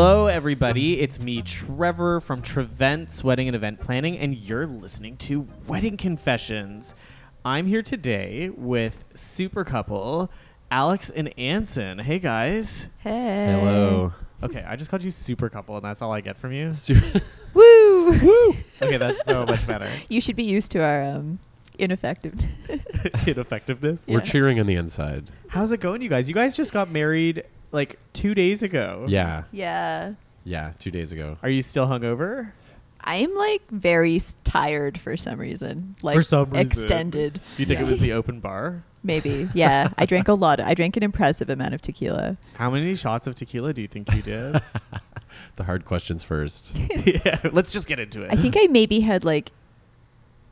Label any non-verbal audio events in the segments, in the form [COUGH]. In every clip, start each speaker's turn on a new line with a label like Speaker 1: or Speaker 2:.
Speaker 1: everybody. It's me, Trevor, from Trevent's Wedding and Event Planning, and you're listening to Wedding Confessions. I'm here today with super couple Alex and Anson. Hey, guys.
Speaker 2: Hey.
Speaker 3: Hello.
Speaker 1: Okay, I just called you super couple, and that's all I get from you. [LAUGHS]
Speaker 2: Woo. Woo.
Speaker 1: Okay, that's so much better.
Speaker 2: [LAUGHS] You should be used to our um,
Speaker 1: [LAUGHS]
Speaker 2: ineffectiveness.
Speaker 1: Ineffectiveness.
Speaker 3: [LAUGHS] We're
Speaker 2: Yeah.
Speaker 3: cheering on the inside.
Speaker 1: How's it going, you guys? You guys just got married like two days ago.
Speaker 3: Yeah.
Speaker 2: yeah.
Speaker 3: Yeah. Two days ago.
Speaker 1: Are you still hungover?
Speaker 2: I'm like very s- tired for some reason. Like extended.
Speaker 1: Do you think it
Speaker 3: Yeah.
Speaker 1: was the open bar?
Speaker 2: [LAUGHS] Maybe. Yeah. I drank a lot. I drank an impressive amount of tequila.
Speaker 1: How many shots of tequila do you think you
Speaker 2: [LAUGHS]
Speaker 1: did?
Speaker 3: [LAUGHS] The hard questions first.
Speaker 1: yeah, let's just get into it.
Speaker 2: I think I maybe had like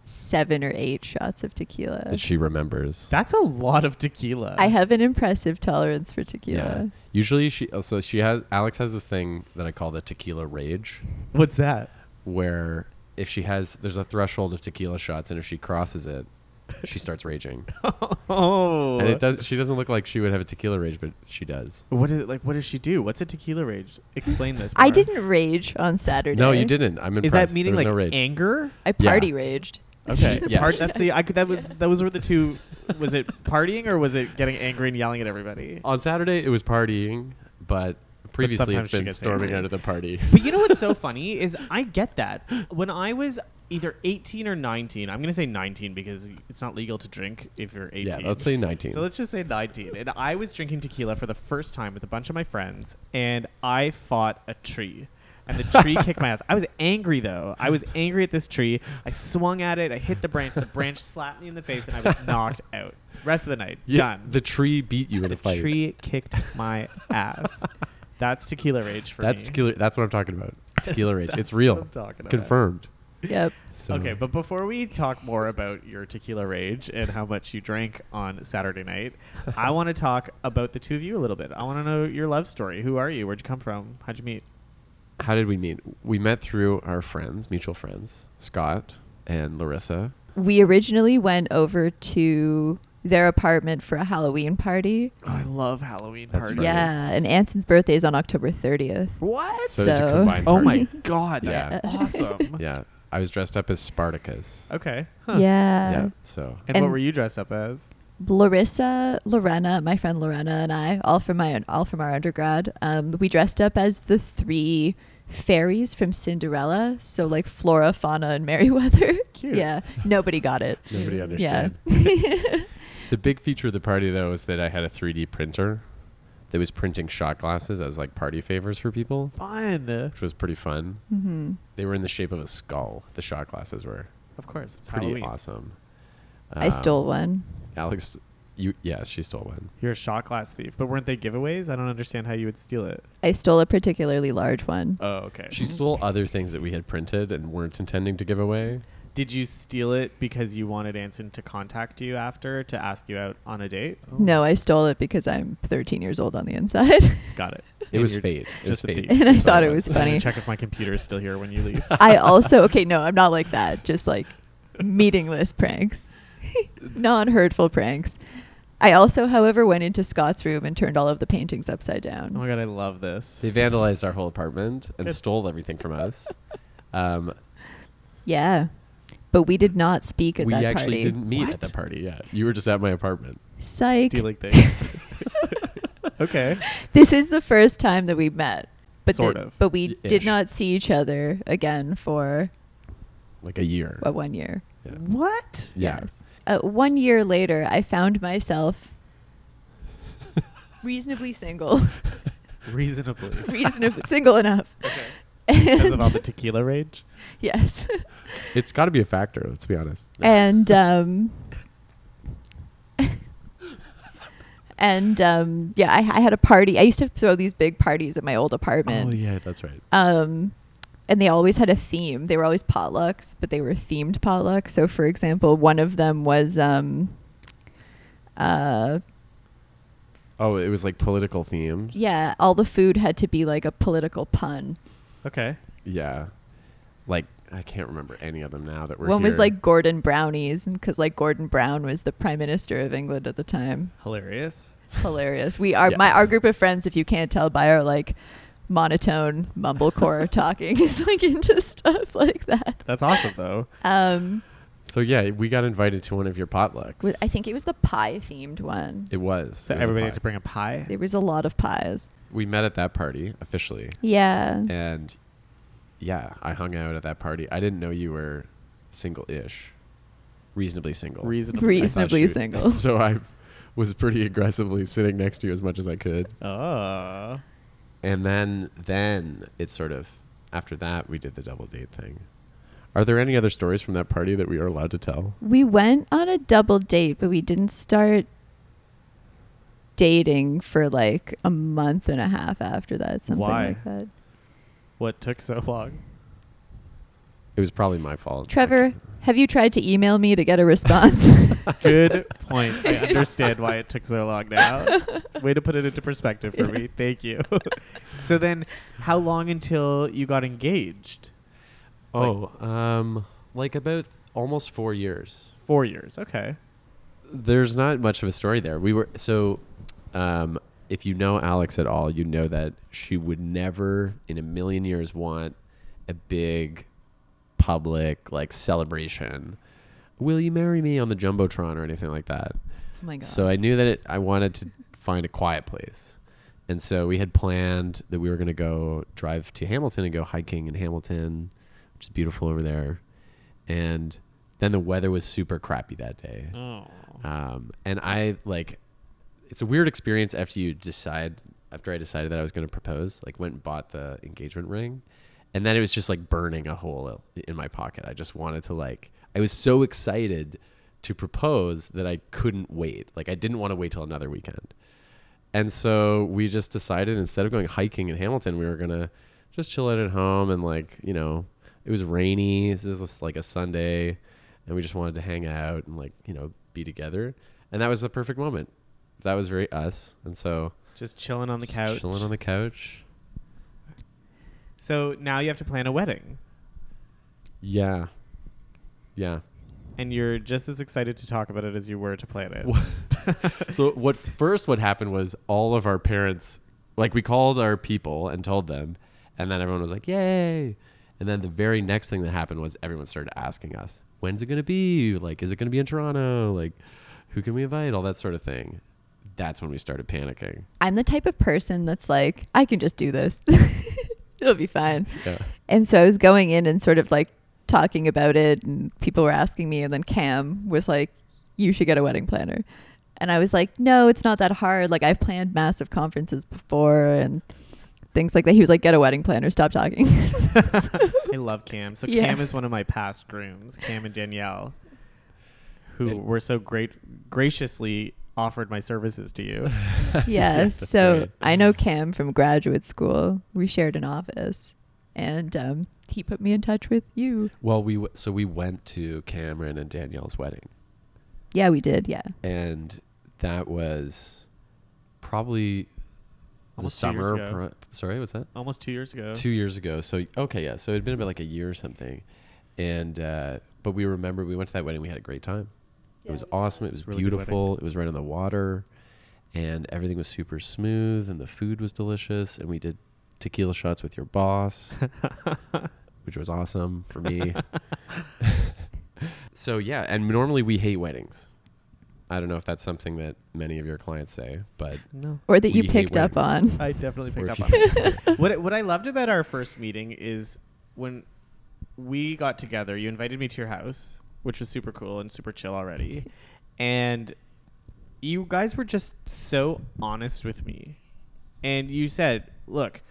Speaker 2: seven or eight shots of tequila.
Speaker 3: that she remembers.
Speaker 1: [LAUGHS] that's a lot of tequila.
Speaker 2: I have an impressive tolerance for tequila.
Speaker 3: Usually she oh, so she has Alex has this thing that I call the tequila rage,
Speaker 1: What's that?
Speaker 3: where if she has there's a threshold of tequila shots and if she crosses it, she starts raging.
Speaker 1: [LAUGHS] Oh,
Speaker 3: And it does she doesn't look like she would have a tequila rage, but she does.
Speaker 1: What is like? What does she do? What's a tequila rage? Explain this.
Speaker 2: I
Speaker 1: Mara.
Speaker 2: didn't rage on Saturday.
Speaker 3: No, you didn't. I'm
Speaker 1: Is
Speaker 3: impressed.
Speaker 1: that meaning
Speaker 3: There was
Speaker 1: like
Speaker 3: no rage.
Speaker 1: anger?
Speaker 2: I
Speaker 3: Yeah.
Speaker 2: party raged.
Speaker 3: [LAUGHS]
Speaker 2: [LAUGHS]
Speaker 1: Okay,
Speaker 3: Yeah.
Speaker 1: Part, that's the. I could, that was those were the two. Was it partying or was it getting angry and yelling at everybody?
Speaker 3: on Saturday it was partying, but previously
Speaker 1: sometimes
Speaker 3: it's
Speaker 1: she
Speaker 3: been
Speaker 1: gets
Speaker 3: storming
Speaker 1: angry.
Speaker 3: out of the party.
Speaker 1: [LAUGHS] But you know what's
Speaker 3: [LAUGHS]
Speaker 1: so funny is I get that. When I was either 18 or 19, I'm going to say 19 because it's not legal to drink if you're 18.
Speaker 3: Yeah, let's say 19.
Speaker 1: So let's just say 19. And I was drinking tequila for the first time with a bunch of my friends, and I fought a tree. And the tree kicked my
Speaker 3: [LAUGHS]
Speaker 1: ass. I was angry though. I was angry at this tree. I swung at it. I hit the branch. The branch slapped me in the face, and I
Speaker 3: [LAUGHS]
Speaker 1: was knocked out. Rest of the night,
Speaker 3: Yeah,
Speaker 1: done.
Speaker 3: The tree beat you in
Speaker 1: The
Speaker 3: a fight.
Speaker 1: tree kicked my
Speaker 3: [LAUGHS]
Speaker 1: ass. That's tequila rage for
Speaker 3: that's
Speaker 1: me.
Speaker 3: tequila. That's what I'm talking
Speaker 1: [LAUGHS]
Speaker 3: about. Tequila rage.
Speaker 1: That's
Speaker 3: it's real.
Speaker 1: what I'm talking about.
Speaker 3: Confirmed.
Speaker 2: Yep.
Speaker 3: So-
Speaker 1: Okay, but before we talk more about your tequila rage and how much you drank on Saturday night, I want to talk about the two of you a little bit. I want to know your love story. Who are you? Where'd you come from? How'd you meet?
Speaker 3: how did we meet? We met through our friends, mutual friends, Scott and Larissa.
Speaker 2: We originally went over to their apartment for a Halloween party.
Speaker 1: I love Halloween
Speaker 3: That's parties. Right.
Speaker 2: Yeah, and Anson's birthday is on October 30th.
Speaker 1: What?
Speaker 3: So, it's a
Speaker 2: So-
Speaker 3: combined
Speaker 1: oh
Speaker 3: party.
Speaker 1: my god, that's
Speaker 2: [LAUGHS] Yeah.
Speaker 1: awesome.
Speaker 3: [LAUGHS] Yeah, I was dressed up as Spartacus.
Speaker 1: Okay. Huh.
Speaker 2: Yeah.
Speaker 3: Yeah. So
Speaker 1: And, what
Speaker 2: And-
Speaker 1: were you dressed up as?
Speaker 2: Larissa, Lorena, my friend Lorena and I, all from my all from our undergrad. Um, we dressed up as the three fairies from Cinderella, so like Flora, Fauna, and Merryweather.
Speaker 1: [LAUGHS] Cute.
Speaker 2: Yeah, nobody
Speaker 1: [LAUGHS]
Speaker 2: got it.
Speaker 3: nobody
Speaker 2: Yeah.
Speaker 3: understood.
Speaker 2: [LAUGHS]
Speaker 3: the big feature of the party though was that I had a 3D printer that was printing shot glasses as like party favors for people,
Speaker 1: Fun.
Speaker 3: which was pretty fun.
Speaker 2: hmm
Speaker 3: They were in the shape of a skull. The shot glasses were
Speaker 1: Of course, it's
Speaker 3: pretty
Speaker 1: Halloween.
Speaker 3: awesome.
Speaker 2: I
Speaker 3: Um,
Speaker 2: stole one.
Speaker 3: Alex, you yeah, she stole one.
Speaker 1: You're a shot glass thief, but weren't they giveaways? I don't understand how you would steal it.
Speaker 2: I stole a particularly large one.
Speaker 1: Oh, okay.
Speaker 3: She stole other things that we had printed and weren't intending to give away.
Speaker 1: Did you steal it because you wanted Anson to contact you after to ask you out on a date?
Speaker 2: Oh. No, I stole it because I'm 13 years old on the inside,
Speaker 1: Got it.
Speaker 3: It
Speaker 1: And
Speaker 3: was
Speaker 1: you're
Speaker 3: fate. It was
Speaker 1: just a
Speaker 3: fate.
Speaker 1: thief.
Speaker 2: and I
Speaker 3: That's what
Speaker 2: thought it was
Speaker 1: I'm gonna
Speaker 2: funny.
Speaker 1: Check if my computer is still here when you leave.
Speaker 2: I also okay, no, I'm not like that. Just like [LAUGHS] [LAUGHS] meaningless pranks, [LAUGHS] non-hurtful pranks. I also, however, went into Scott's room and turned all of the paintings upside
Speaker 1: Oh my god,
Speaker 2: down.
Speaker 1: I love this.
Speaker 3: They vandalized our whole apartment and
Speaker 1: Good.
Speaker 3: stole everything from us. Um,
Speaker 2: [LAUGHS] Yeah, but we did not speak at
Speaker 3: we
Speaker 2: that
Speaker 3: actually
Speaker 2: party.
Speaker 3: didn't meet
Speaker 2: What?
Speaker 3: at the party yet. You were just at my apartment.
Speaker 2: Psych.
Speaker 1: Stealing
Speaker 2: [LAUGHS]
Speaker 1: things. okay.
Speaker 2: This is the first time that we met, but
Speaker 1: Sort
Speaker 2: the-
Speaker 1: of.
Speaker 2: But we
Speaker 3: Ish.
Speaker 2: did not see each other again for
Speaker 3: Like a year.
Speaker 2: what one year.
Speaker 3: Yeah.
Speaker 1: What?
Speaker 3: Yeah. [LAUGHS]
Speaker 2: Yes. Uh, one year later, I found myself reasonably
Speaker 3: [LAUGHS]
Speaker 2: single,
Speaker 1: Reasonably.
Speaker 2: [LAUGHS] reasonably single enough.
Speaker 1: Okay. Because of all
Speaker 2: [LAUGHS] And
Speaker 1: the tequila rage.
Speaker 2: [LAUGHS] yes,
Speaker 3: It's got to be a factor, let's be honest.
Speaker 2: and um, and um, yeah, I, I had a party. I used to throw these big parties at my old apartment.
Speaker 3: Oh, yeah, that's right.
Speaker 2: Um, and they always had a theme. They were always potlucks, but they were themed potlucks. So, for example, one of them was um, uh,
Speaker 3: Oh, it was like political themed.
Speaker 2: yeah, all the food had to be like a political pun.
Speaker 1: Okay.
Speaker 3: Yeah. Like, I can't remember any of them now that were
Speaker 2: One was
Speaker 3: here.
Speaker 2: like Gordon brownies, because like Gordon Brown was the prime minister of England at the time.
Speaker 1: Hilarious.
Speaker 2: Hilarious. We are
Speaker 3: Yeah.
Speaker 2: my our group of friends. If you can't tell by our like monotone
Speaker 1: [LAUGHS]
Speaker 2: mumblecore talking is like into stuff like that.
Speaker 1: That's awesome though.
Speaker 2: Um,
Speaker 3: So yeah, we got invited to one of your potlucks.
Speaker 2: wa- I think it was the pie themed one.
Speaker 3: it was.
Speaker 1: So
Speaker 3: It was a
Speaker 1: everybody
Speaker 3: pie.
Speaker 1: had to bring a pie.
Speaker 2: There was a lot of pies.
Speaker 3: we met at that party officially,
Speaker 2: Yeah.
Speaker 3: and yeah, I hung out at that party. I didn't know you were single-ish, reasonably single.
Speaker 1: Reasonable.
Speaker 3: I thought
Speaker 2: Reasonably
Speaker 3: you-
Speaker 2: single.
Speaker 3: [LAUGHS] So I was pretty aggressively sitting next to you as much as I could.
Speaker 1: Oh.
Speaker 3: And then then it sort of after that we did the double date thing. Are there any other stories from that party that we are allowed to tell?
Speaker 2: We went on a double date, but we didn't start dating for like a month and a half after that, something
Speaker 1: Why?
Speaker 2: like that.
Speaker 1: What took so
Speaker 3: [LAUGHS]
Speaker 1: long?
Speaker 3: It was probably my fault.
Speaker 2: Trevor, have you tried to email me to
Speaker 1: [LAUGHS]
Speaker 2: get a response?
Speaker 1: Good point.
Speaker 2: [LAUGHS]
Speaker 1: I understand why it took so long now. Way to put it into perspective for
Speaker 3: [LAUGHS]
Speaker 1: me. Thank you. [LAUGHS] so then, how long until you got engaged?
Speaker 3: Oh, um like about almost 4 years.
Speaker 1: Four years. Okay.
Speaker 3: There's not much of a story there. We were so um if you know Alex at all, you know that she would never in a million years want a big public like celebration. Will you marry me on the jumbotron or anything like that?
Speaker 2: Oh my god.
Speaker 3: So I knew that it, I wanted to find a quiet place. And so we had planned that we were going to go drive to Hamilton and go hiking in Hamilton, which is beautiful over there. And then the weather was super crappy that day.
Speaker 1: Oh.
Speaker 3: Um, and I like, it's a weird experience after you decide, after I decided that I was going to propose, like went and bought the engagement ring. And then it was just like burning a hole in my pocket. I just wanted to like, I was so excited to propose that I couldn't wait. Like I didn't want to wait till another weekend. And so we just decided instead of going hiking in Hamilton, we were going to just chill out at home and like, you know, it was rainy. This was just like a Sunday and we just wanted to hang out and like, you know, be together. And that was the perfect moment. That was very us. And so
Speaker 1: Just chilling on the
Speaker 3: just
Speaker 1: couch.
Speaker 3: chilling on the couch.
Speaker 1: so now you have to plan a wedding,
Speaker 3: Yeah. Yeah.
Speaker 1: and you're just as excited to talk about it as you were to plan it.
Speaker 3: so what first what happened was all of our parents like we called our people and told them and then everyone was like yay and then the very next thing that happened was everyone started asking us when's it going to be like is it going to be in toronto like who can we invite all that sort of thing that's when we
Speaker 1: [LAUGHS]
Speaker 3: started panicking
Speaker 2: I'm the type of person that's like, I can just do this. [LAUGHS] It'll be fine.
Speaker 3: yeah
Speaker 2: And so I was going in and sort of like talking about it, and people were asking me. And then Cam was like, You should get a wedding planner. And I was like, No, it's not that hard. Like, I've planned massive conferences before and things like that. He was like, Get a wedding planner. Stop
Speaker 3: [LAUGHS]
Speaker 2: talking.
Speaker 1: [LAUGHS] I love Cam. So
Speaker 2: Yeah.
Speaker 1: Cam is one of my past grooms, Cam and Danielle, who
Speaker 3: Hey.
Speaker 1: were so great graciously offered my services to you.
Speaker 2: [LAUGHS] yeah.
Speaker 3: [LAUGHS] That's
Speaker 2: so
Speaker 3: right.
Speaker 2: I know Cam from graduate school. We shared an office. And um, he put me in touch with you.
Speaker 3: well we w- so we went to cameron and danielle's wedding
Speaker 2: Yeah, we did. Yeah.
Speaker 3: and that was probably
Speaker 1: Almost
Speaker 3: the
Speaker 1: two years
Speaker 3: summer
Speaker 1: ago.
Speaker 3: pro- sorry what's that
Speaker 1: Almost two years ago.
Speaker 3: two years ago. So okay, yeah. So it'd been about like a year or something, and uh, but we remember we went to that wedding. We had a great time. it was awesome. It was
Speaker 1: Really good
Speaker 3: beautiful. It was right on the water, and everything was super smooth, and the food was delicious, and we did tequila shots with
Speaker 1: [LAUGHS]
Speaker 3: your boss, which was awesome for me. so yeah, and normally we hate weddings. I don't know if that's something that many of your clients say, but
Speaker 1: No.
Speaker 2: Or that you
Speaker 3: We hate
Speaker 2: picked up on.
Speaker 1: I definitely picked
Speaker 3: Or
Speaker 1: up
Speaker 3: if
Speaker 1: on
Speaker 3: [LAUGHS]
Speaker 1: it. what what I loved about our first meeting is when we got together, you invited me to your house, which was super cool and super chill already. and you guys were just so honest with me. And you said, "Look,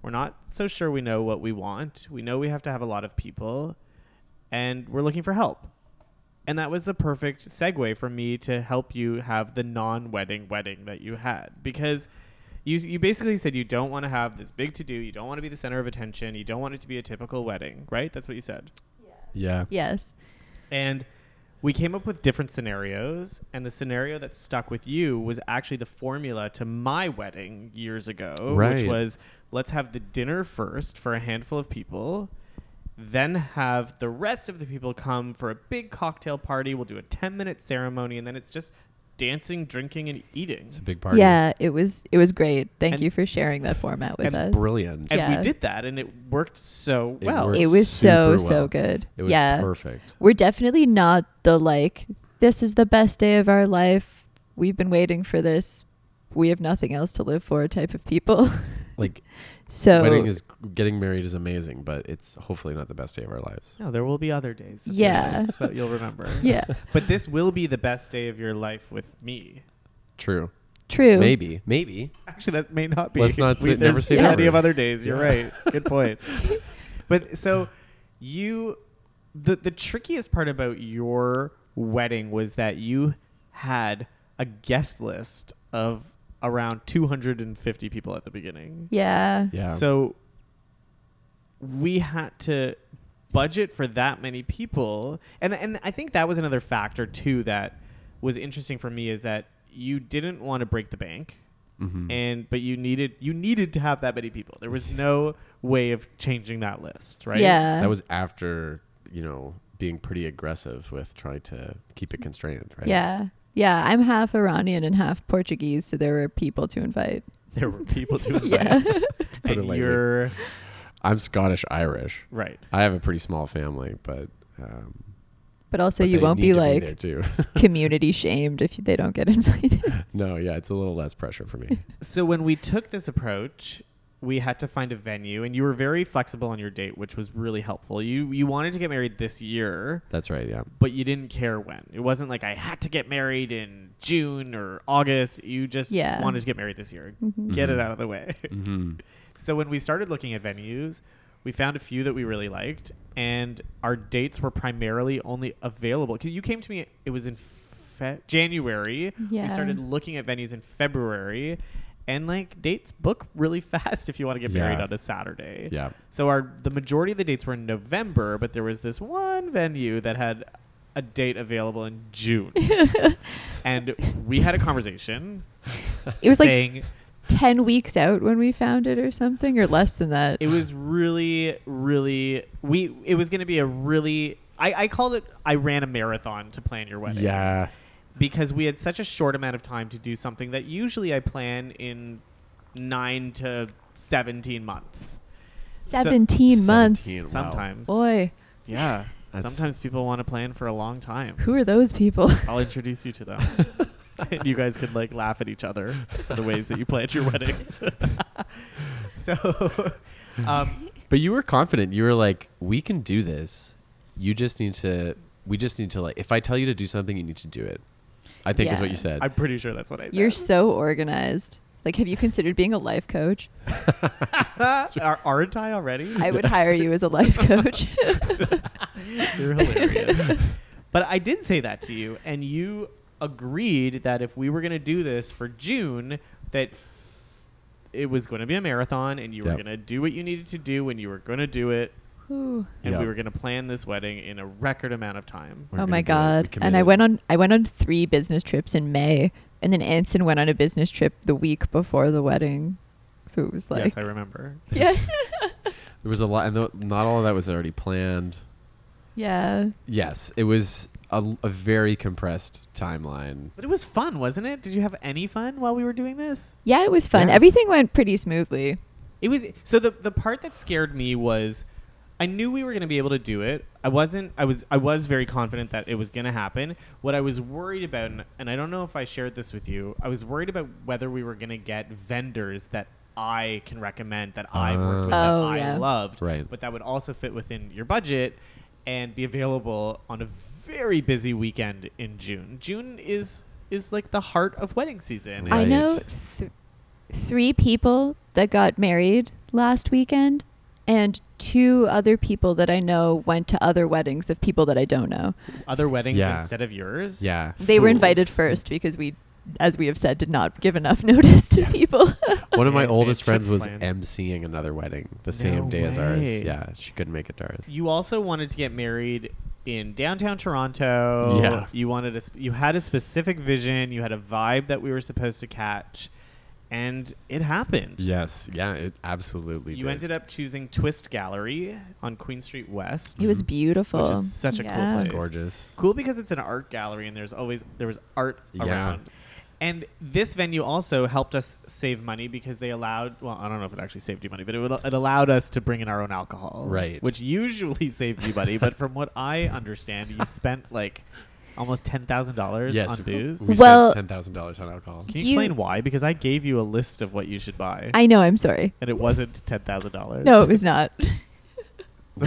Speaker 1: we're not so sure we know what we want. We know we have to have a lot of people and we're looking for help." And that was the perfect segue for me to help you have the non-wedding wedding that you had because you you basically said you don't want to have this big to do, you don't want to be the center of attention, you don't want it to be a typical wedding, right? That's what you said.
Speaker 3: yeah,
Speaker 2: Yes.
Speaker 1: And we came up with different scenarios, and the scenario that stuck with you was actually the formula to my wedding years ago, which
Speaker 3: Right.
Speaker 1: was let's have the dinner first for a handful of people, then have the rest of the people come for a big cocktail party. We'll do a 10 minute ceremony, and then it's just dancing, drinking, and eating.
Speaker 3: It's a big party.
Speaker 2: Yeah, it was it was great. Thank
Speaker 1: And-
Speaker 2: you for sharing that format with
Speaker 3: It's
Speaker 2: us.
Speaker 3: brilliant.
Speaker 1: And
Speaker 2: Yeah.
Speaker 1: we did that, and it worked so
Speaker 3: It
Speaker 1: well.
Speaker 3: worked.
Speaker 2: It was so
Speaker 3: super well.
Speaker 2: so good.
Speaker 3: It was
Speaker 2: yeah.
Speaker 3: perfect.
Speaker 2: We're definitely not the like this is the best day of our life. We've been waiting for this. We have nothing else to live for type of people. [LAUGHS]
Speaker 3: Like
Speaker 2: so
Speaker 3: wedding is getting married is amazing, but it's hopefully not the best day of our lives.
Speaker 1: No, there will be other days. of your
Speaker 2: Yeah.
Speaker 1: lives that you'll remember.
Speaker 2: [LAUGHS] yeah,
Speaker 1: But this will be the best day of your life with me.
Speaker 3: True.
Speaker 2: true.
Speaker 3: Maybe. Maybe.
Speaker 1: Actually, that may not be.
Speaker 3: Let's
Speaker 1: [LAUGHS]
Speaker 3: not
Speaker 1: We-
Speaker 3: say- never
Speaker 1: there's
Speaker 3: say
Speaker 1: plenty
Speaker 3: never.
Speaker 1: of other days. You're
Speaker 3: Yeah.
Speaker 1: right. Good
Speaker 3: [LAUGHS]
Speaker 1: point. but so you, the the trickiest part about your wedding was that you had a guest list of around 250 people at the beginning.
Speaker 2: Yeah.
Speaker 3: Yeah.
Speaker 1: So we had to budget for that many people. And and I think that was another factor too that was interesting for me is that you didn't want to break the bank
Speaker 3: Mhm.
Speaker 1: and but you needed you needed to have that many people. There was no way of changing that list, right?
Speaker 2: Yeah.
Speaker 3: that was after, you know, being pretty aggressive with trying to keep it constrained, right?
Speaker 2: Yeah. Yeah, I'm half Iranian and half Portuguese, so there were people to invite.
Speaker 1: There were people to invite.
Speaker 2: Yeah.
Speaker 3: put it
Speaker 1: and
Speaker 3: lightly.
Speaker 1: you're
Speaker 3: I'm Scottish Irish.
Speaker 1: right.
Speaker 3: I have a pretty small family, but um
Speaker 2: But also
Speaker 3: but
Speaker 2: you
Speaker 3: they
Speaker 2: won't
Speaker 3: need
Speaker 2: be
Speaker 3: to
Speaker 2: like
Speaker 3: there too. [LAUGHS]
Speaker 2: community shamed if they don't get invited.
Speaker 3: no, yeah, it's a little less pressure for
Speaker 2: [LAUGHS]
Speaker 3: me.
Speaker 1: So when we took this approach, we had to find a venue, and you were very flexible on your date, which was really helpful. You you wanted to get married this year,
Speaker 3: That's right, yeah.
Speaker 1: but you didn't care when. It wasn't like I had to get married in June or August. You just
Speaker 2: Yeah.
Speaker 1: wanted to get married this year.
Speaker 2: Mhm.
Speaker 1: Get it
Speaker 3: Mhm.
Speaker 1: out of the way.
Speaker 3: Mm-hmm.
Speaker 1: so when we started looking at venues, we found a few that we really liked, and our dates were primarily only available. 'cause You came to me; it was in fe- January.
Speaker 2: Yeah.
Speaker 1: We started looking at venues in February, and like dates book really [LAUGHS] fast if you want to get married
Speaker 3: Yeah.
Speaker 1: on a Saturday.
Speaker 3: Yeah.
Speaker 1: So our the majority of the dates were in November, but there was this one venue that had a date available in June. and we had a conversation
Speaker 2: It was like
Speaker 1: saying
Speaker 2: 10 weeks out when we found it or something or less than that.
Speaker 1: it was really, really we it was gonna be a really I, I called it I ran a marathon to plan your wedding.
Speaker 3: [LAUGHS] Yeah.
Speaker 1: Because we had such a short amount of time to do something that usually I plan in nine to seventeen months.
Speaker 2: 17 months.
Speaker 3: 17, wow.
Speaker 1: Sometimes.
Speaker 2: Boy,
Speaker 1: Yeah.
Speaker 3: That's-
Speaker 1: Sometimes people want to plan for a long time.
Speaker 2: who are those people? [LAUGHS]
Speaker 1: I'll introduce you to them. [LAUGHS] and you guys can like laugh at each other for the ways that you plan your
Speaker 2: [LAUGHS]
Speaker 1: weddings. [LAUGHS] so [LAUGHS]
Speaker 2: [LAUGHS]
Speaker 1: um,
Speaker 3: But you were confident. You were like, we can do this. You just need to, we just need to, like, if I tell you to do something, you need to do it. I think is what
Speaker 2: Yeah.
Speaker 3: you said.
Speaker 1: I'm pretty sure that's what I said.
Speaker 2: You're so organized. Like, have you considered being a life coach?
Speaker 3: [LAUGHS]
Speaker 1: [LAUGHS] Are, aren't I already?
Speaker 2: I would hire you as
Speaker 1: [LAUGHS]
Speaker 2: a life coach.
Speaker 1: You're hilarious. but I did say that to you, and you agreed that if we were going to do this for June, that it was going to be a marathon, and you were
Speaker 3: Yep.
Speaker 1: going to do what you needed to do, and you were going to do it,
Speaker 2: Ooh.
Speaker 1: and we
Speaker 3: Yep.
Speaker 1: were going to plan this wedding in a record amount of time.
Speaker 3: We're
Speaker 2: Oh
Speaker 3: gonna
Speaker 2: my
Speaker 3: do it. We
Speaker 2: god! And I
Speaker 3: committed.
Speaker 2: went on I went on three business trips in May, and then Anson went on a business trip the week before the wedding, so it was like
Speaker 1: yes, I remember.
Speaker 2: yeah,
Speaker 3: There was a lot, and th- not all of that was already planned.
Speaker 2: [LAUGHS] yeah.
Speaker 3: Yes, it was a, l- a very compressed timeline.
Speaker 1: But it was fun, wasn't it? Did you have any fun while we were doing this?
Speaker 2: Yeah, it was fun.
Speaker 3: Yeah.
Speaker 2: Everything went pretty smoothly.
Speaker 1: It was so the the part that scared me was I knew we were going to be able to do it. I wasn't I was I was very confident that it was going to happen. What I was worried about and, and I don't know if I shared this with you. I was worried about whether we were going to get vendors that I can recommend that I've worked with
Speaker 2: Oh. Oh,
Speaker 1: that
Speaker 2: yeah.
Speaker 1: I loved,
Speaker 3: Right.
Speaker 1: but that would also fit within your budget and be available on a very busy weekend in June. June is is like the heart of wedding season.
Speaker 3: Right.
Speaker 2: I know th- three people that got married last weekend, and two other people that I know went to other weddings of people that I don't know.
Speaker 1: Other weddings
Speaker 3: Yeah.
Speaker 1: instead of yours.
Speaker 3: Yeah.
Speaker 2: They were
Speaker 3: Fools.
Speaker 2: invited first because we, as we have said, did not give enough [LAUGHS] notice to
Speaker 1: [LAUGHS]
Speaker 2: people.
Speaker 3: One of my
Speaker 1: They- they
Speaker 3: oldest
Speaker 1: had
Speaker 3: friends was
Speaker 1: trips planned.
Speaker 3: emceeing another wedding the same
Speaker 1: No
Speaker 3: day as ours.
Speaker 1: way.
Speaker 3: Yeah, she couldn't make it to ours.
Speaker 1: you also wanted to get married in downtown Toronto.
Speaker 3: Yeah.
Speaker 1: You wanted a sp- you had a specific vision, you had a vibe that we were supposed to catch. and it happened.
Speaker 3: Yes. Yeah. It absolutely.
Speaker 1: You
Speaker 3: did.
Speaker 1: ended up choosing Twist Gallery on Queen Street West,
Speaker 2: It was beautiful.
Speaker 1: which is such a
Speaker 2: Yeah.
Speaker 1: cool
Speaker 2: It's
Speaker 1: place.
Speaker 3: gorgeous.
Speaker 1: Cool because it's an art gallery and there's always there was art
Speaker 3: Yeah.
Speaker 1: around. And this venue also helped us save money because they allowed. Well, I don't know if it actually saved you money, but it, would, it allowed us to bring in our own alcohol,
Speaker 3: Right.
Speaker 1: Which usually [LAUGHS] saves you money, but from what I understand, you spent like almost ten thousand dollars
Speaker 3: Yes.
Speaker 1: on booze.
Speaker 3: We
Speaker 2: Well-
Speaker 3: spent ten thousand dollars on alcohol.
Speaker 1: Can you,
Speaker 2: You-
Speaker 1: explain why? Because I gave you a list of what you should buy,
Speaker 2: I know. I'm sorry.
Speaker 1: and it wasn't ten thousand dollars. [LAUGHS]
Speaker 2: No, it was not.
Speaker 1: So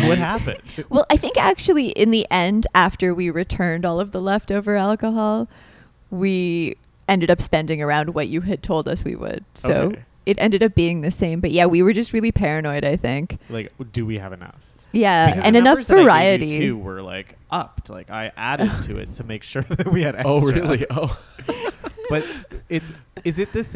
Speaker 1: what happened?
Speaker 2: [LAUGHS] Well, I think actually in the end, after we returned all of the leftover alcohol, we ended up spending around what you had told us we would. So
Speaker 1: Okay.
Speaker 2: it ended up being the same. But yeah, we were just really paranoid, I think.
Speaker 1: Like, do we have enough?
Speaker 2: Yeah,
Speaker 1: Because
Speaker 2: Uh, and
Speaker 1: the
Speaker 2: enough
Speaker 1: numbers that I gave you
Speaker 2: variety.
Speaker 1: too were like upped. Like I added to it to make sure [LAUGHS] that we had. Extra.
Speaker 3: [LAUGHS] Oh
Speaker 2: [LAUGHS]
Speaker 3: really? Oh.
Speaker 1: [LAUGHS] But it's is it this?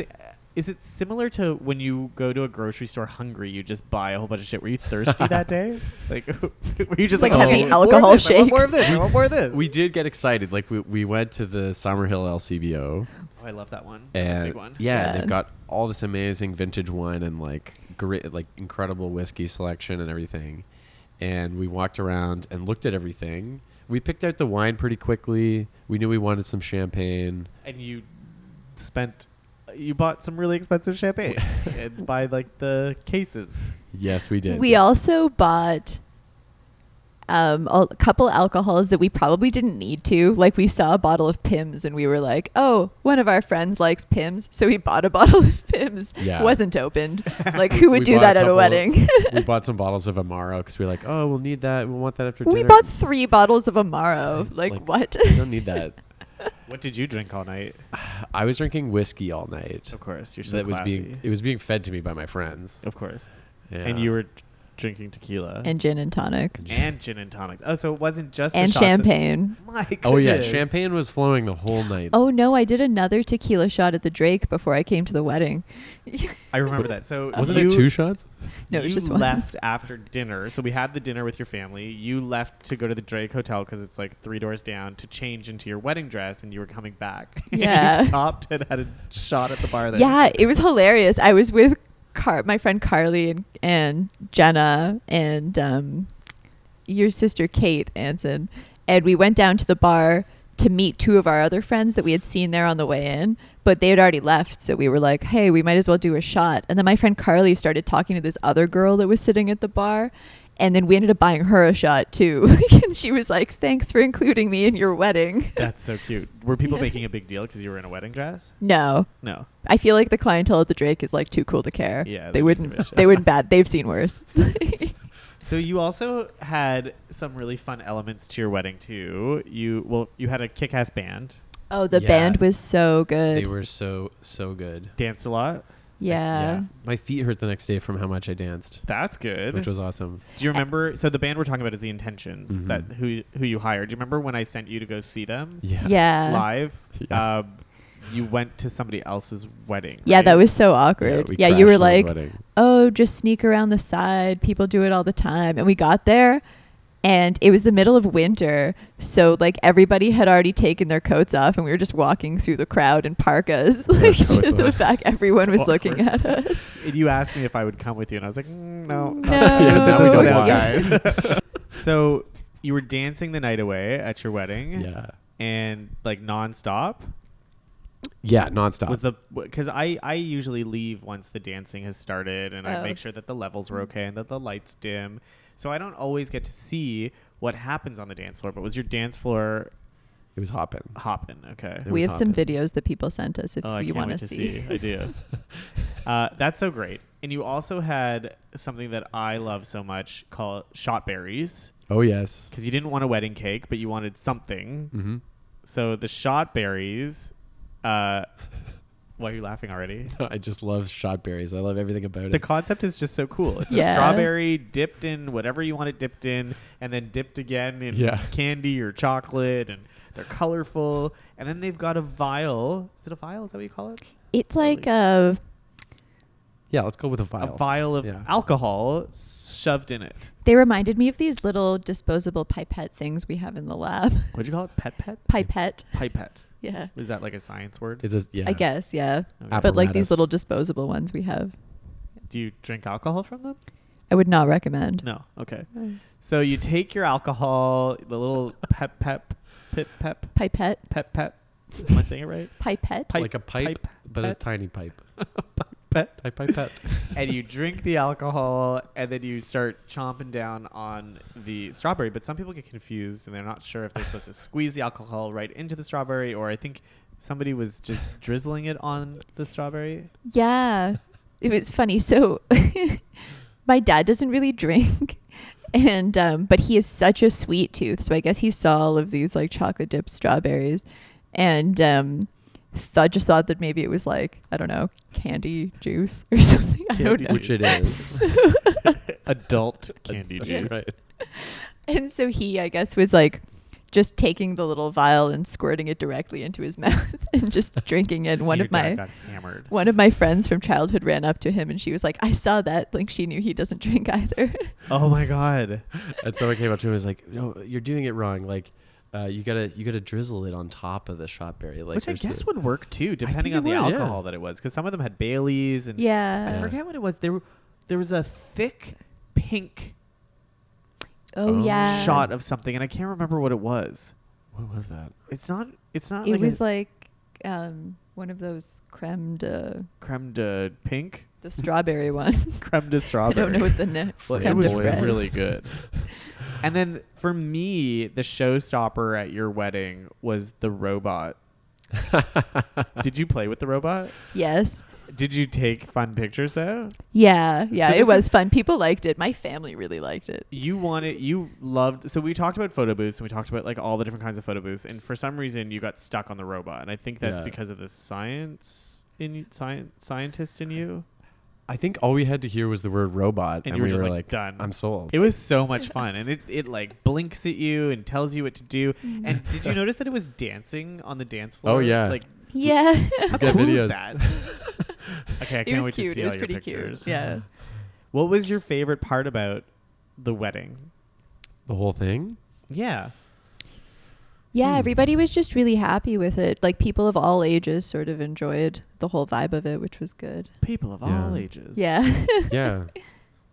Speaker 1: Is it similar to when you go to a grocery store hungry? You just buy a whole bunch of shit. Were you thirsty that
Speaker 3: [LAUGHS]
Speaker 1: day? Like [LAUGHS] were you just like,
Speaker 2: Like
Speaker 3: heavy
Speaker 1: "Oh, I want more of this, I want more of
Speaker 2: alcohol
Speaker 1: this. I want more of this.
Speaker 3: [LAUGHS] we did get excited. Like we, we went to the Summerhill LCBO
Speaker 1: Oh, I love that one. That's
Speaker 3: and
Speaker 1: a big one.
Speaker 3: yeah,
Speaker 2: Yeah.
Speaker 3: they've got all this amazing vintage wine and like great like incredible whiskey selection and everything. And we walked around and looked at everything. We picked out the wine pretty quickly. We knew we wanted some champagne.
Speaker 1: And you spent. You bought some really expensive
Speaker 3: [LAUGHS]
Speaker 1: champagne and by like the cases.
Speaker 3: Yes, we did.
Speaker 2: we [LAUGHS] also bought um, a couple alcohols that we probably didn't need to. Like we saw a bottle of Pims and we were like, "Oh, one of our friends likes Pims," so we bought a [LAUGHS] bottle of Pims.
Speaker 3: Yeah.
Speaker 2: wasn't
Speaker 3: [LAUGHS]
Speaker 2: opened. Like who would
Speaker 3: We
Speaker 2: do
Speaker 3: bought a
Speaker 2: that at a
Speaker 3: couple-
Speaker 2: wedding?
Speaker 3: [LAUGHS]
Speaker 2: [LAUGHS]
Speaker 3: we bought some bottles of Amaro because we were like, oh, we'll need that. We'll want that after dinner.
Speaker 2: we bought three bottles of Amaro. Like, what?
Speaker 3: We don't need that.
Speaker 1: What did you drink all night?
Speaker 3: I was drinking whiskey all night.
Speaker 1: Of course, you're so
Speaker 3: That was
Speaker 1: classy.
Speaker 3: being it was being fed to me by my friends.
Speaker 1: Of course.
Speaker 3: Yeah.
Speaker 1: And you were t- drinking tequila
Speaker 2: [LAUGHS] and gin and tonic
Speaker 1: and gin and tonics. Oh, so it wasn't just the
Speaker 2: and
Speaker 1: shots of-
Speaker 2: champagne.
Speaker 1: My goodness. [LAUGHS]
Speaker 3: Oh yeah, champagne was flowing the whole night.
Speaker 2: Oh no, I did another tequila shot at the Drake before I came to the wedding.
Speaker 1: I remember that. So
Speaker 3: wasn't
Speaker 1: you,
Speaker 3: it two shots?
Speaker 2: No, it was
Speaker 1: you
Speaker 2: just one.
Speaker 1: left after dinner. So we had the dinner with your family. You left to go to the Drake Hotel because it's like three doors down to change into your wedding dress, and you were coming back. [LAUGHS] And
Speaker 2: Yeah.
Speaker 1: you stopped and had a shot at the bar there.
Speaker 2: Yeah, it was hilarious. I was with Car- my friend Carly and, and Jenna and um, your sister Kate Anson, and we went down to the bar to meet two of our other friends that we had seen there on the way in, but they had already left. So we were like, "Hey, we might as well do a shot." And then my friend Carly started talking to this other girl that was sitting at the bar. And then we ended up buying her a shot too. [LAUGHS] and she was like, "Thanks for including me in your wedding."
Speaker 1: That's so cute. Were people making a big deal because you were in a wedding dress?
Speaker 2: No,
Speaker 1: No.
Speaker 2: I feel like the clientele at the Drake is like too cool to care.
Speaker 1: Yeah,
Speaker 2: they,
Speaker 1: they wouldn't give a
Speaker 2: wouldn't.
Speaker 1: shit.
Speaker 2: They wouldn't bat. They've seen worse.
Speaker 1: So you also had some really fun elements to your wedding too. You well, you had a kick-ass band,
Speaker 2: [LAUGHS] oh, the
Speaker 3: Yeah.
Speaker 2: band was so
Speaker 3: They
Speaker 2: good.
Speaker 3: were so so good.
Speaker 1: danced a lot.
Speaker 2: yeah.
Speaker 3: My feet hurt the next day from how much I danced,
Speaker 1: That's good.
Speaker 3: which was awesome.
Speaker 1: Do you remember? So the band we're talking about is the Intentions.
Speaker 3: Mhm.
Speaker 1: That who who you hired. Do you remember when I sent you to go see them
Speaker 3: Yeah.
Speaker 2: yeah, yeah,
Speaker 1: live?
Speaker 3: Yeah.
Speaker 1: Um, you went to somebody else's wedding.
Speaker 2: That
Speaker 1: right?
Speaker 2: was so
Speaker 3: Yeah,
Speaker 2: awkward.
Speaker 3: we
Speaker 2: Yeah, you were like,
Speaker 3: crashed someone's wedding.
Speaker 2: oh, just sneak around the side. People do it all the time. And we got there, and it was the middle of winter, so like everybody had already taken their coats off, and we were just walking through the crowd in parkas, [LAUGHS] like
Speaker 3: coats
Speaker 2: to the
Speaker 3: on.
Speaker 2: back. Everyone
Speaker 1: So
Speaker 2: was looking
Speaker 1: awkward.
Speaker 2: at us.
Speaker 1: And you asked me if I would come with you, and I was like, mm, no, [LAUGHS]
Speaker 2: No.
Speaker 1: It was
Speaker 3: [LAUGHS] Yeah,
Speaker 1: at this
Speaker 3: we
Speaker 1: one
Speaker 3: don't
Speaker 1: out,
Speaker 2: want-
Speaker 1: guys. [LAUGHS] so you were dancing the night away at your wedding.
Speaker 3: [LAUGHS] Yeah.
Speaker 1: And like nonstop
Speaker 3: Yeah, nonstop.
Speaker 1: was the because I I usually leave once the dancing has started and I
Speaker 2: Oh.
Speaker 1: make sure that the levels were okay and that the lights dim, so I don't always get to see what happens on the dance floor. But was your dance floor
Speaker 3: it was hopping.
Speaker 1: hopping? Okay,
Speaker 3: It
Speaker 2: we have
Speaker 3: was
Speaker 2: some
Speaker 3: hopping.
Speaker 2: videos that people sent us if
Speaker 1: oh, I
Speaker 2: you
Speaker 1: can't
Speaker 2: want
Speaker 1: wait
Speaker 2: to
Speaker 1: to
Speaker 2: see.
Speaker 1: I
Speaker 2: [LAUGHS]
Speaker 1: do. [LAUGHS] uh, that's so great. And you also had something that I love so much called shot berries
Speaker 3: Oh yes.
Speaker 1: because you didn't want a wedding cake, but you wanted something.
Speaker 3: Mm-hmm. [LAUGHS]
Speaker 1: So the shot berries. Uh, why are you laughing already?
Speaker 3: [LAUGHS] I just love shot berries. I love everything about
Speaker 1: The
Speaker 3: it.
Speaker 1: concept is just so cool. It's a
Speaker 2: Yeah.
Speaker 1: strawberry dipped in whatever you want it dipped in, and then dipped again in
Speaker 3: Yeah.
Speaker 1: candy or chocolate, and they're colorful. And then they've got a vial. Is it a vial? Is that what you call it?
Speaker 2: It's
Speaker 1: like,
Speaker 2: like uh, a
Speaker 3: yeah, let's go with a vial.
Speaker 1: A vial of
Speaker 3: Yeah.
Speaker 1: alcohol shoved in it.
Speaker 2: They reminded me of these little disposable pipette things we have in the lab.
Speaker 1: What'd you call it? Pet pet?
Speaker 2: [LAUGHS] Pipette.
Speaker 1: Pipette.
Speaker 2: Yeah.
Speaker 1: Is that like a science word?
Speaker 3: It's a yeah.
Speaker 2: I guess, yeah.
Speaker 1: Okay.
Speaker 3: Apple-
Speaker 2: But like
Speaker 3: Apparatus.
Speaker 2: these little disposable ones we have,
Speaker 1: Do you drink alcohol from them?
Speaker 2: I would not recommend.
Speaker 1: No. Okay.
Speaker 2: Mm.
Speaker 1: So you take your alcohol, the little pep pep pip pep
Speaker 2: Pipette,
Speaker 1: pep pep. Am I saying it right?
Speaker 2: pipette.
Speaker 1: Pipe,
Speaker 3: like a pipe,
Speaker 1: pipe,
Speaker 3: but a
Speaker 1: pet. [LAUGHS]
Speaker 3: tiny pipe.
Speaker 1: Pet.
Speaker 3: Pipe pipette.
Speaker 1: and you drink the alcohol, and then you start chomping down on the strawberry. But some people get confused, and they're not sure if they're supposed to squeeze the alcohol right into the strawberry, or I think somebody was just drizzling it on the strawberry.
Speaker 2: Yeah. It was funny. So [LAUGHS] my dad doesn't really drink [LAUGHS] and um but he is such a sweet tooth. So I guess he saw all of these like chocolate dipped strawberries and um thought just thought that maybe it was like, I don't know, candy juice or [LAUGHS] something. [LAUGHS] I don't
Speaker 1: Candy
Speaker 2: know.
Speaker 1: juice.
Speaker 3: Which it
Speaker 1: [LAUGHS]
Speaker 3: is.
Speaker 1: Adult candy
Speaker 3: That's
Speaker 1: juice.
Speaker 3: right.
Speaker 2: And so he, I guess, was like just taking the little vial and squirting it directly into his [LAUGHS] mouth and just drinking it. One
Speaker 1: Your
Speaker 2: of my
Speaker 1: dad got hammered.
Speaker 2: one of my friends from childhood ran up to him and she was like, I saw that. Like she knew he doesn't [LAUGHS] drink either.
Speaker 1: Oh my god.
Speaker 3: [LAUGHS] And someone came up to me and was like, "No, you're doing it wrong. Like, uh, you gotta you gotta drizzle it on top of the strawberry. Like,
Speaker 1: Which I
Speaker 3: there's the-
Speaker 1: guess would work too, depending
Speaker 3: it
Speaker 1: on the
Speaker 3: would, yeah.
Speaker 1: alcohol that it was, because some of them had Baileys and I
Speaker 2: yeah.
Speaker 3: Uh,
Speaker 1: forget what it was. There, were- there was a thick pink
Speaker 2: Oh,
Speaker 3: Oh,
Speaker 2: yeah.
Speaker 1: shot of something, and I can't remember what it was.
Speaker 3: what was that?
Speaker 1: It's not. It's not.
Speaker 2: It
Speaker 1: like
Speaker 2: was
Speaker 1: a
Speaker 2: like um, one of those creme de
Speaker 1: creme de pink, [LAUGHS]
Speaker 2: the strawberry one. [LAUGHS]
Speaker 1: creme de
Speaker 2: I
Speaker 1: strawberry.
Speaker 2: don't know what the name.
Speaker 1: Well, it
Speaker 3: Creme
Speaker 1: was
Speaker 3: de fraises.
Speaker 1: really good. [LAUGHS] and then for me, the showstopper at your wedding was the robot. [LAUGHS] Did you play with the robot?
Speaker 2: Yes.
Speaker 1: Did you take fun pictures though?
Speaker 2: Yeah. Yeah.
Speaker 1: So
Speaker 2: it
Speaker 1: this
Speaker 2: was
Speaker 1: is-
Speaker 2: fun. People liked it. My family really liked it.
Speaker 1: you wanted you loved so we talked about photo booths and we talked about like all the different kinds of photo booths and for some reason you got stuck on the robot and i think that's
Speaker 3: Yeah.
Speaker 1: because of the science in science scientist in you
Speaker 3: I think all we had to hear was the word robot,
Speaker 1: And
Speaker 3: and,
Speaker 1: you were
Speaker 3: we
Speaker 1: just
Speaker 3: were
Speaker 1: like,
Speaker 3: like,
Speaker 1: "Done."
Speaker 3: I'm sold. [LAUGHS]
Speaker 1: it was so much fun and it, it like blinks at you and tells you what to do
Speaker 2: Mm-hmm.
Speaker 1: and did
Speaker 2: [LAUGHS]
Speaker 1: you notice that it was dancing on the dance floor
Speaker 3: Oh, yeah.
Speaker 1: like
Speaker 2: Yeah. [LAUGHS]
Speaker 1: how
Speaker 3: got
Speaker 1: cool is
Speaker 3: videos.
Speaker 1: that [LAUGHS] okay i
Speaker 2: it
Speaker 1: can't
Speaker 2: was
Speaker 1: wait to
Speaker 2: cute.
Speaker 1: see
Speaker 2: It
Speaker 1: all
Speaker 2: was
Speaker 1: your
Speaker 2: pretty
Speaker 1: pictures [LAUGHS]
Speaker 2: cute. Yeah.
Speaker 1: what was your favorite part about the wedding
Speaker 3: [LAUGHS] the
Speaker 2: [LAUGHS]
Speaker 3: whole thing.
Speaker 1: yeah
Speaker 2: Yeah,
Speaker 3: Hmm.
Speaker 2: everybody was just really happy with it. Like people of all ages sort of enjoyed the whole vibe of it, which was good.
Speaker 1: people of
Speaker 3: Yeah.
Speaker 1: all ages
Speaker 2: [LAUGHS] Yeah.
Speaker 3: Yeah,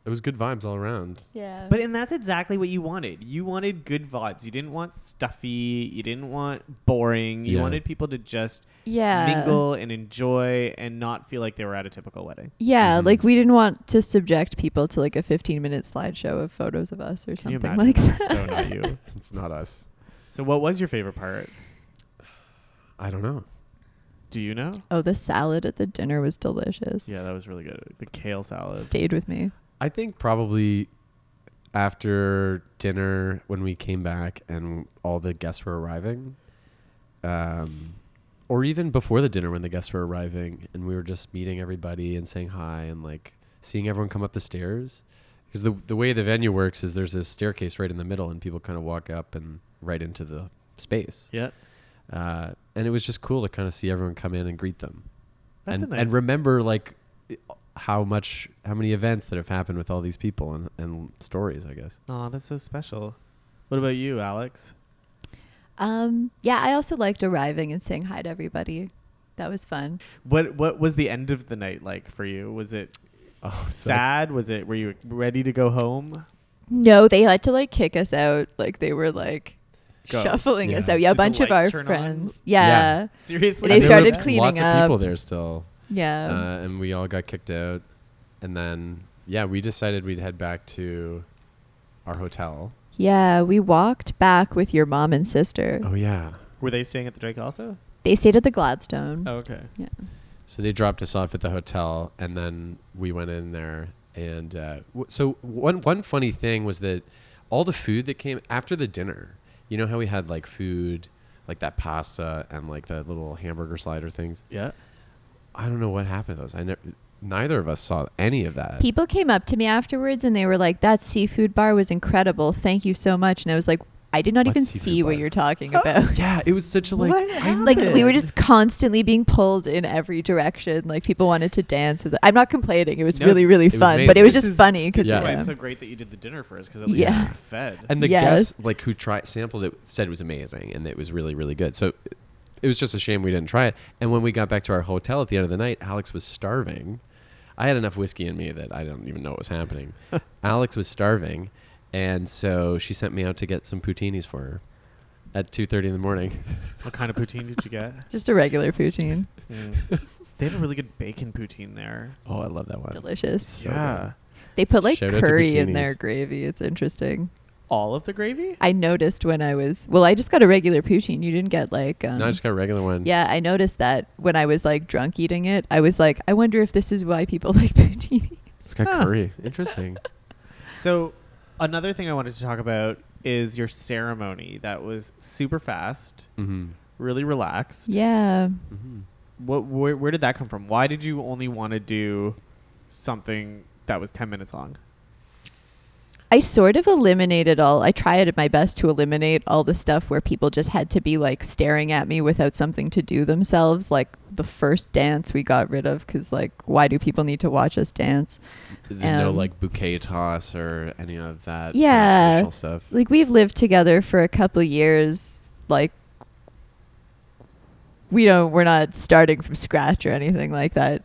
Speaker 3: it was good vibes all around.
Speaker 2: yeah.
Speaker 1: But and that's exactly what you wanted. You wanted good vibes. You didn't want stuffy. You didn't want boring. You
Speaker 3: Yeah.
Speaker 1: wanted people to just
Speaker 2: yeah.
Speaker 1: mingle and enjoy and not feel like they were at a typical wedding.
Speaker 2: Yeah,
Speaker 3: Mhm.
Speaker 2: like we didn't want to subject people to like a 15 minute slideshow of photos of us or
Speaker 1: Can you
Speaker 2: something [LAUGHS]
Speaker 1: imagine?
Speaker 2: like that.
Speaker 1: That's so not you.
Speaker 3: It's not us.
Speaker 1: So what was your favorite part?
Speaker 3: I don't know.
Speaker 1: Do you know?
Speaker 2: Oh, the salad at the dinner was delicious.
Speaker 1: Yeah, that was really good. The kale salad.
Speaker 2: Stayed with me.
Speaker 3: I think probably after dinner when we came back and all the guests were arriving, um, or even before the dinner when the guests were arriving and we were just meeting everybody and saying hi and like seeing everyone come up the stairs. Because the, the way the venue works is there's this staircase right in the middle and people kind of walk up and right into the space.
Speaker 1: Yep.
Speaker 3: Uh, and it was just cool to kind of see everyone come in and greet them
Speaker 1: That's
Speaker 3: and,
Speaker 1: a nice.
Speaker 3: and remember like how much how many events that have happened with all these people and, and stories i guess
Speaker 1: Aw, that's so special. What about you, Alex?
Speaker 2: Um, yeah, I also liked arriving and saying hi to everybody. That was fun.
Speaker 1: What what was the end of the night like for you? Was it
Speaker 3: [LAUGHS] oh
Speaker 1: sad? Was it were you ready to go home? [LAUGHS]
Speaker 2: No, they had to like kick us out. Like they were like
Speaker 1: Go.
Speaker 2: shuffling
Speaker 3: Yeah.
Speaker 2: us out. Yeah, a
Speaker 1: Did the
Speaker 2: bunch of
Speaker 1: lights
Speaker 2: our
Speaker 1: turn on?
Speaker 2: friends.
Speaker 3: Yeah.
Speaker 2: Yeah.
Speaker 1: Seriously?
Speaker 2: They
Speaker 1: I never-
Speaker 2: started cleaning
Speaker 3: lots
Speaker 2: up. Oh.
Speaker 3: of people there still
Speaker 2: Yeah.
Speaker 3: uh, and we all got kicked out and then yeah we decided we'd head back to our hotel
Speaker 2: yeah, we walked back with your mom and sister.
Speaker 3: oh yeah
Speaker 1: Were they staying at the Drake also?
Speaker 3: Mm-hmm.
Speaker 2: They stayed at the Gladstone.
Speaker 1: Oh, okay.
Speaker 2: Yeah.
Speaker 3: so they dropped us off at the hotel and then we went in there and uh, w- so one one funny thing was that all the food that came after the dinner you know how we had like food like that pasta and like the little hamburger slider things
Speaker 1: Yeah.
Speaker 3: I don't know what happened to those. I never, neither of us saw any of that.
Speaker 2: People came up to me afterwards and they were like, "That seafood bar was incredible. Thank you so much." And I was like, "I did not
Speaker 3: What
Speaker 2: even
Speaker 3: seafood
Speaker 2: see what
Speaker 3: bar?
Speaker 2: you're talking
Speaker 3: [GASPS]
Speaker 2: about."
Speaker 3: Oh, yeah, it was such a like.
Speaker 1: What
Speaker 3: I-
Speaker 1: happened?
Speaker 2: like we were just constantly being pulled in every direction. Like people wanted to dance. With it. I'm not complaining. It was
Speaker 1: No,
Speaker 2: really really
Speaker 3: it was
Speaker 2: fun, but it
Speaker 3: amazing.
Speaker 2: was
Speaker 1: This
Speaker 2: just
Speaker 1: is-
Speaker 2: funny um, because
Speaker 3: Yeah.
Speaker 1: That's why
Speaker 2: yeah.
Speaker 1: it's so great that you did the dinner first, because at least
Speaker 2: Yeah.
Speaker 1: you fed.
Speaker 3: [LAUGHS] and the
Speaker 2: Yes.
Speaker 3: guests like who tried sampled it said it was amazing and it was really really good. So it was just a shame we didn't try it. And when we got back to our hotel at the end of the night, Alex was starving. I had enough whiskey in me that I didn't even know what was happening. Alex was starving, and so she sent me out to get some poutinis for her at 2:30 in the morning.
Speaker 1: [LAUGHS] What kind of poutine did you get?
Speaker 2: Just a [LAUGHS] regular poutine.
Speaker 1: Mm. they have a really good bacon poutine there.
Speaker 3: [LAUGHS] Oh, I love that one.
Speaker 2: Delicious.
Speaker 3: So
Speaker 1: yeah.
Speaker 2: They put like
Speaker 3: Shout out to
Speaker 2: curry in
Speaker 3: poutinis.
Speaker 2: their gravy. It's interesting.
Speaker 1: All of the gravy?
Speaker 2: I noticed when I was well, I just got a regular poutine. You didn't get like um,
Speaker 3: no, I just got a regular one.
Speaker 2: yeah. I noticed that when I was like drunk eating it, I was like, I wonder if this is why people [LAUGHS] like poutine.
Speaker 3: It's got
Speaker 1: Huh.
Speaker 2: [LAUGHS]
Speaker 3: curry. Interesting.
Speaker 1: So, another thing I wanted to talk about is your ceremony that was super fast,
Speaker 3: mm-hmm.
Speaker 1: really relaxed.
Speaker 2: yeah.
Speaker 3: Mm-hmm.
Speaker 1: What where, where did that come from? Why did you only want to do something that was 10 minutes long?
Speaker 2: I sort of eliminated all. I tried my best to eliminate all the stuff where people just had to be like staring at me without something to do themselves. Like the first dance we got rid of because like why do people need to watch us dance?
Speaker 3: no
Speaker 2: Um,
Speaker 3: like bouquet toss or any of that. kinda
Speaker 2: Yeah.
Speaker 3: traditional stuff.
Speaker 2: Like we've lived together for a couple years. Like we don't. We're not starting from scratch or anything like that.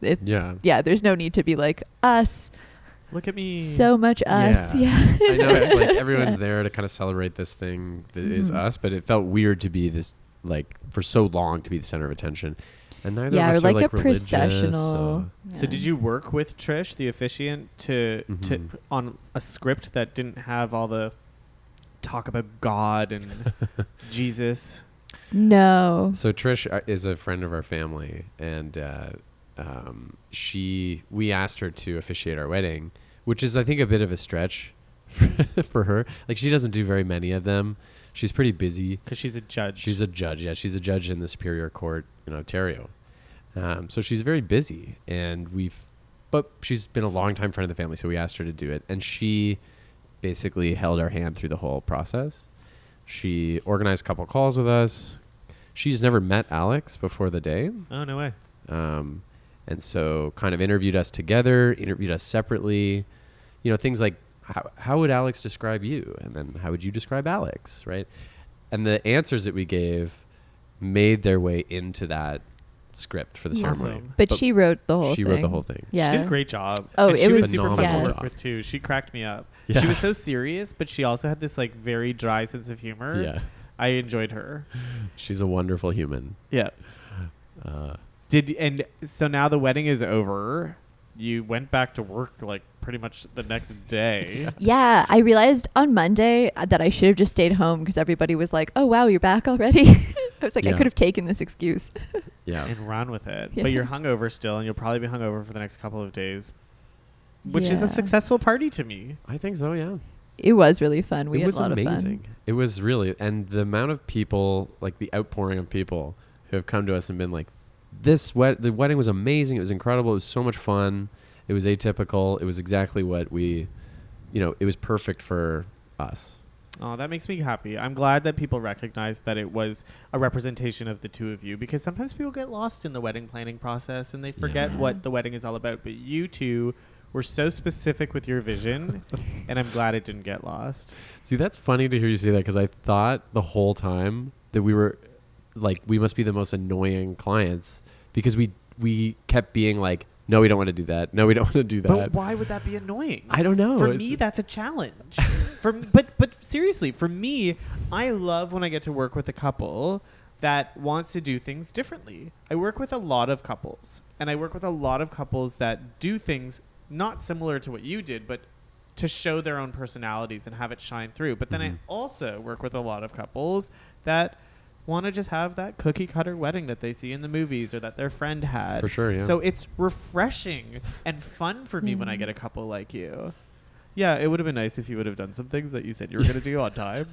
Speaker 2: It. Yeah.
Speaker 3: Yeah.
Speaker 2: there's no need to be like us,
Speaker 1: Look at me.
Speaker 2: so much us. [LAUGHS] Yeah.
Speaker 3: I know
Speaker 2: [LAUGHS]
Speaker 3: it's like everyone's there to kind of celebrate this thing that is
Speaker 2: Mhm.
Speaker 3: us, but it felt weird to be this like for so long to be the center of attention. And neither
Speaker 2: Yeah, or
Speaker 3: of us are
Speaker 2: like
Speaker 3: like
Speaker 2: a
Speaker 3: religious,
Speaker 2: processional.
Speaker 3: so-
Speaker 1: So did you work with Trish, the officiant, to to
Speaker 3: Mhm.
Speaker 1: on a script that didn't have all the talk about God
Speaker 3: [LAUGHS]
Speaker 1: and Jesus?
Speaker 2: No.
Speaker 3: So Trish uh, is a friend of our family, and uh, um, she we asked her to officiate our wedding, which is I think a bit of a stretch [LAUGHS] for her. Like she doesn't do very many of them. She's pretty busy.
Speaker 1: Because she's a judge.
Speaker 3: She's a judge. Yeah, she's a judge in the Superior Court in Ontario. Um, so she's very busy, and we've, but she's been a longtime friend of the family. So we asked her to do it, and she basically held our hand through the whole process. She organized a couple calls with us. She's never met Alex before the day,
Speaker 1: oh no way.
Speaker 3: um, and so kind of interviewed us together, interviewed us separately. You know, things like how, how would Alex describe you, and then how would you describe Alex, right? And the answers that we gave made their way into that script for the
Speaker 2: Yeah.
Speaker 3: ceremony.
Speaker 1: Awesome.
Speaker 2: But, she wrote the whole.
Speaker 3: she
Speaker 2: thing.
Speaker 3: wrote the whole thing.
Speaker 2: Yeah.
Speaker 1: She did a great job.
Speaker 2: Oh,
Speaker 1: And
Speaker 2: it
Speaker 1: she was,
Speaker 2: was-
Speaker 1: super fun
Speaker 2: Phenomenal
Speaker 1: to
Speaker 2: job.
Speaker 1: work with too. She cracked me up.
Speaker 3: Yeah.
Speaker 1: She was so serious, but she also had this like very dry sense of humor.
Speaker 3: Yeah,
Speaker 1: I enjoyed her.
Speaker 3: [LAUGHS] she's a wonderful human.
Speaker 1: Yeah.
Speaker 3: Uh,
Speaker 1: Did and so now the wedding is over. You went back to work like pretty much the next
Speaker 3: [LAUGHS]
Speaker 1: day.
Speaker 2: Yeah, I realized on Monday uh, that I should have just stayed home because everybody was like, "Oh wow, you're back already." [LAUGHS] I was like, I
Speaker 3: Yeah.
Speaker 2: could have taken this excuse.
Speaker 3: yeah,
Speaker 1: and run with it.
Speaker 2: Yeah.
Speaker 1: But you're hungover still, and you'll probably be hungover for the next couple of days, which is
Speaker 2: Yeah.
Speaker 1: a successful party to me.
Speaker 3: I think so. Yeah.
Speaker 2: It was really fun. We
Speaker 3: it
Speaker 2: had
Speaker 3: was
Speaker 2: a lot of
Speaker 3: amazing.
Speaker 2: fun.
Speaker 3: It was really, and the amount of people, like the outpouring of people who have come to us and been like, "This wed- the wedding was amazing. It was incredible. It was so much fun. It was atypical. It was exactly what we, you know, it was perfect for us."
Speaker 1: Oh, that makes me happy. I'm glad that people recognized that it was a representation of the two of you because sometimes people get lost in the wedding planning process and they forget
Speaker 2: Yeah.
Speaker 1: what the wedding is all about. But you two were so specific with your vision, and I'm glad it didn't get lost.
Speaker 3: See, that's funny to hear you say that because I thought the whole time that we were like we must be the most annoying clients because we we kept being like, "No, we don't want to do that. No, we don't want to do that."
Speaker 1: But why would that be annoying?
Speaker 3: I don't know.
Speaker 1: for
Speaker 3: It's-
Speaker 1: me that's a
Speaker 3: [LAUGHS]
Speaker 1: challenge for m- but but seriously for me i love when i get to work with a couple that wants to do things differently i work with a lot of couples and i work with a lot of couples that do things not similar to what you did but to show their own personalities and have it shine through but then
Speaker 3: Mhm.
Speaker 1: i also work with a lot of couples that want to just have that cookie cutter wedding that they see in the movies or that their friend had
Speaker 3: For sure, yeah.
Speaker 1: so it's refreshing and fun for me when i
Speaker 2: Yeah.
Speaker 1: get
Speaker 3: Mm-hmm.
Speaker 1: a couple like you yeah, it would have been nice if you would have done some things that you said you were going to do on
Speaker 2: [LAUGHS]
Speaker 3: [LAUGHS]
Speaker 1: time.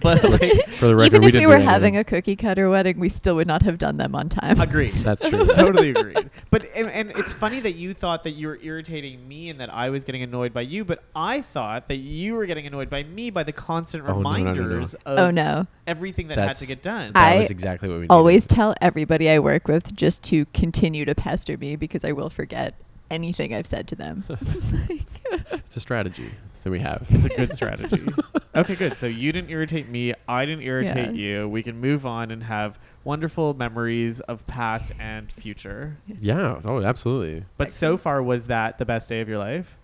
Speaker 1: but like,
Speaker 3: for the record,
Speaker 2: Even
Speaker 3: we
Speaker 2: if we,
Speaker 3: didn't do
Speaker 2: were
Speaker 3: anything.
Speaker 2: having a cookie cutter wedding, we still would not have done them on time.
Speaker 1: agreed.
Speaker 3: [LAUGHS]
Speaker 2: [LAUGHS]
Speaker 3: That's true. [LAUGHS]
Speaker 1: totally agreed. But and, and it's funny that you thought that you were irritating me and that I was getting annoyed by you, but I thought that you were getting annoyed by me by the constant
Speaker 3: Oh, no, no, no, no.
Speaker 1: reminders of
Speaker 2: oh no!
Speaker 1: everything that had to
Speaker 3: That's-
Speaker 1: get done.
Speaker 2: I-
Speaker 3: That was exactly what we needed.
Speaker 2: Always tell everybody I work with just to continue to pester me because I will forget
Speaker 1: [LAUGHS]
Speaker 2: anything I've said to them.
Speaker 3: It's a strategy that we have.
Speaker 1: it's a good strategy. [LAUGHS] Okay, good. So you didn't irritate me. I didn't irritate
Speaker 2: Yeah.
Speaker 1: you. We can move on and have wonderful memories of past and future.
Speaker 3: [LAUGHS] Yeah. Oh, absolutely.
Speaker 1: But so far, was that the best day of your life?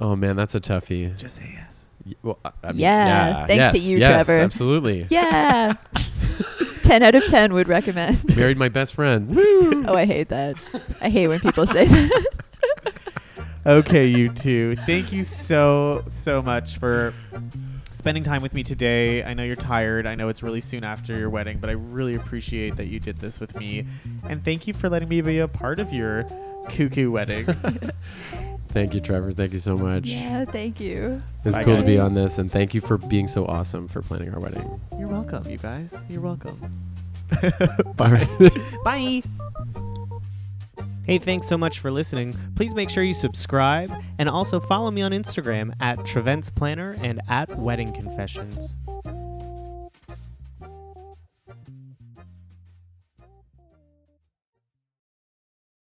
Speaker 3: Oh man, that's a toughie.
Speaker 1: Just say yes.
Speaker 3: Y- Well, I- I mean,
Speaker 2: Yeah, thanks to you,
Speaker 3: yes,
Speaker 2: Trevor.
Speaker 3: Absolutely.
Speaker 2: [LAUGHS] Yeah. 10 out of 10 would recommend.
Speaker 3: Married my best friend. Woo!
Speaker 2: Oh, I hate that. [LAUGHS] I hate when people say that.
Speaker 1: Okay, you two. Thank you so, so much for spending time with me today. I know you're tired. I know it's really soon after your wedding, but I really appreciate that you did this with me. And thank you for letting me be a part of your cuckoo wedding.
Speaker 3: [LAUGHS] Thank you, Trevor. Thank you so much.
Speaker 2: Yeah, thank you.
Speaker 3: It was
Speaker 1: Bye,
Speaker 3: cool to be
Speaker 2: guys.
Speaker 3: on this, and thank you for being so awesome for planning our wedding.
Speaker 1: [LAUGHS] you're welcome, you guys. You're [LAUGHS] welcome.
Speaker 3: Bye.
Speaker 1: Bye. Hey, thanks so much for listening. Please make sure you subscribe and also follow me on Instagram at Trevents Planner and at Wedding Confessions.